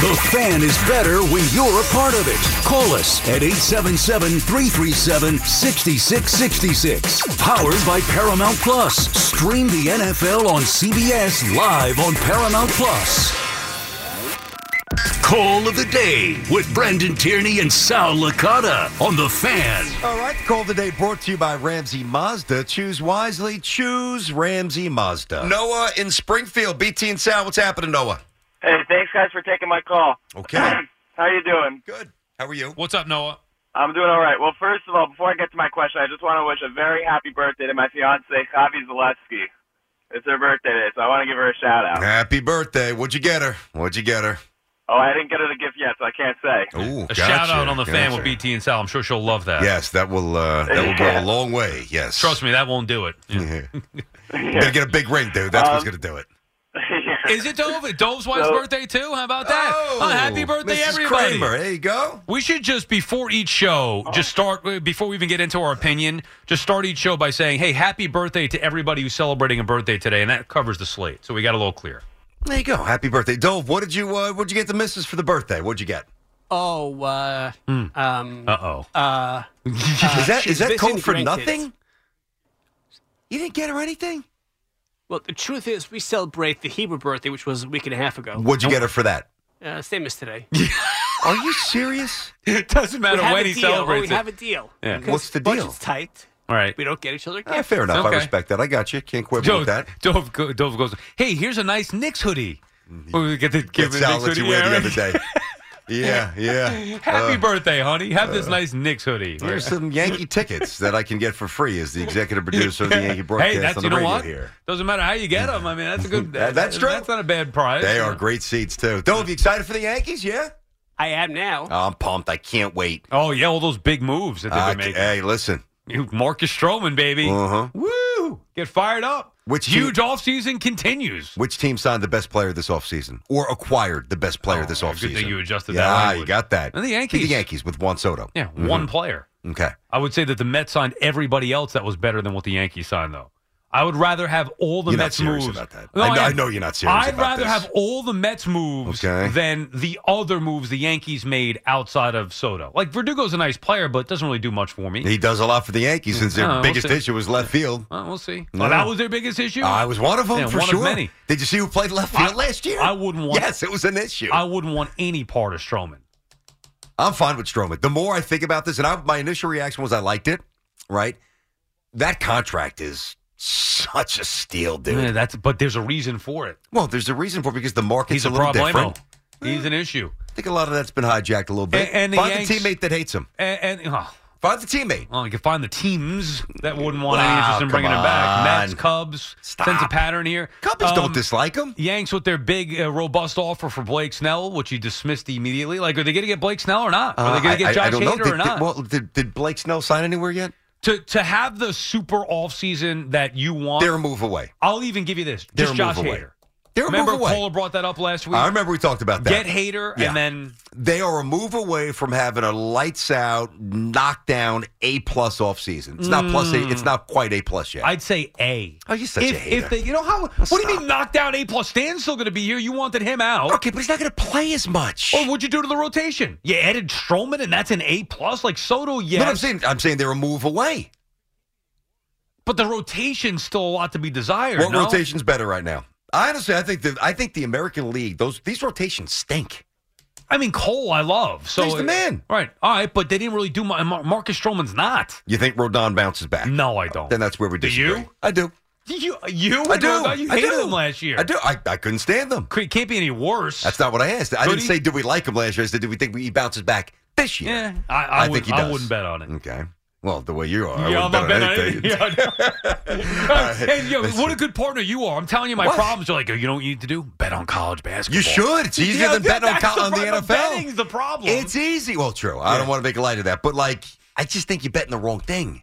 The fan is better when you're a part of it. Call us at 877 337 6666. Powered by Paramount Plus. Stream the NFL on CBS live on Paramount Plus. Call of the Day with Brendan Tierney and Sal Licata on The Fan. All right, the call today brought to you by Ramsey Mazda. Choose wisely, choose Ramsey Mazda. Noah in Springfield, BT and Sal, what's happening, Noah? Hey, thanks guys for taking my call. Okay. How you doing? Good. How are you? What's up, Noah? I'm doing all right. Well, first of all, before I get to my question, I just want to wish a very happy birthday to my fiance, Javi Zaleski. It's her birthday today, so I want to give her a shout out. Happy birthday. What'd you get her? What'd you get her? Oh, I didn't get her the gift yet, so I can't say. Ooh, A shout out on the fan with BT and Sal. I'm sure she'll love that. Yes, that will uh, that will go a long way. Yes. Trust me, that won't do it. Yeah. You're gonna get a big ring, dude. That's what's gonna do it. Yeah. Is it Dove? Dove's wife's No. birthday too? How about that? Oh, happy birthday, Mrs. everybody! Kramer, there you go. We should just before each show, just start uh, before we even get into our opinion. Just start each show by saying, "Hey, happy birthday to everybody who's celebrating a birthday today," and that covers the slate. So we got a little clear. There you go. Happy birthday, Dove. What did you uh, What'd you get the missus for the birthday? What'd you get? Oh, uh, um, Uh oh. uh, is that is she's that visiting code for grandkids. nothing? You didn't get her anything. well, the truth is, we celebrate the Hebrew birthday, which was a week and a half ago. What'd you get her for that? Uh, same as today. Are you serious? It doesn't we matter have when a he deal. Oh, celebrates we it. have a deal. Yeah. Because What's the deal? Budget's tight. All right. We don't get each other Ah, gifts. fair enough. Okay. I respect that. I got you. Can't quibble Dove, with that. Dove, go- Dove goes, "Hey, here's a nice Knicks hoodie." Oh, we get to give Get the Sal Knicks that hoodie. you wear yeah, the right. other day. Yeah, yeah. Happy Uh, birthday, honey. Have this nice Knicks hoodie. Here's some Yankee tickets that I can get for free as the executive producer of the Yankee broadcast Hey, that's on the you know radio what? here. Doesn't matter how you get them. I mean, that's a good. That- that's true. That's not a bad prize. They are great seats too. Dove, you excited for the Yankees? Yeah, I am now. I'm pumped. I can't wait. Oh yeah, all those big moves that I they've c- been making. hey, listen. You- Marcus Stroman, baby. Uh huh. Woo! Get fired up. Which huge team- offseason continues. Which team signed the best player this offseason or acquired the best player this Oh, yeah, offseason? good thing you adjusted that yeah, you language. got Mm-hmm. that. And the Beat Yankees. The Yankees with Juan Soto. Yeah, one player. Okay. I would say that the Mets signed everybody else that was better than what the Yankees signed, though. I would rather have all the You're not Mets serious moves. about that. I know- am. I know you're not serious I'd about rather this. have all the Mets moves Okay. than the other moves the Yankees made outside of Soto. Like Verdugo's a nice player, but doesn't really do much for me. He does a lot for the Yankees since their Oh, we'll biggest see. issue was left field. Well, we'll see. No. Oh, that was their biggest issue. I was one of them Yeah, for one of sure. many. Did you see who played left field I- last year? I wouldn't want- Yes, it was an issue. I wouldn't want any part of Stroman. I'm fine with Stroman. The more I think about this, and I, my initial reaction was I liked it, right? That contract is such a steal, dude. Yeah, that's but there's a reason for it. Well, there's a reason for it because the market's He's a a, little problemo. different. He's an issue. I think a lot of that's been hijacked a little bit. And- and the Find Yanks- the teammate that hates him. And, and oh, Find the teammate. well, you can find the teams that wouldn't want any Wow, interest in bringing come him back. Mets, on. Cubs. Stop. Sense a pattern here. Cubbies Um, don't dislike him. Yanks with their big, uh, robust offer for Blake Snell, which he dismissed immediately. Like, are they going to get Blake Snell or not? Are they Uh, going to get I- I- Josh I don't know. Hader Did- or did- not? well, did, did Blake Snell sign anywhere yet? to to have the super offseason that you want, They're a move away. I'll even give you this: They're just a Josh move away. Hader. They're a remember move away. Kohler brought that up last week. I remember we talked about that. Get Hader and then they are a move away from having a lights out, knockdown, A plus off season. It's not plus A. Mm. It's not quite A plus yet. I'd say A. Oh, you're such if, a hater. If they, you know how? What do you mean knocked out A plus? Stan's still going to be here. You wanted him out. Okay, but he's not going to play as much. Or what'd you do to the rotation? You added Strowman, and that's an A plus. Like Soto, yes. But I'm saying I'm saying they're a move away. But the rotation's still a lot to be desired. What no? rotation's better right now? I honestly, I think the I think the American League those these rotations stink. I mean, Cole, I love. So He's the man. Right. All right, but they didn't really do my Mar- Marcus Stroman's not. You think Rodon bounces back? No, I don't. Then that's where we Do disagree. you? I do. You, you, I do. Rodon, you I hated do. him last year. I do. I, I couldn't stand them. It can't be any worse. That's not what I asked. I Could didn't he? say did we like him last year. I said did we think he bounces back this year? yeah, I, I, would, think he I does. wouldn't bet on it. Okay. Well, the way you are, Yeah, I I'm wouldn't bet not on betting on anything. anything. Yeah, All I know. right. Hey, yo, Listen. what a good partner you are. I'm telling you, my What? problems are like, you know what you need to do? Bet on college basketball. You should. It's easier Yeah, than betting on, that's co- on the problem. NFL. Betting's the problem. It's easy. Well, true. I don't want to make light of that, but like, I just think you're betting the wrong thing.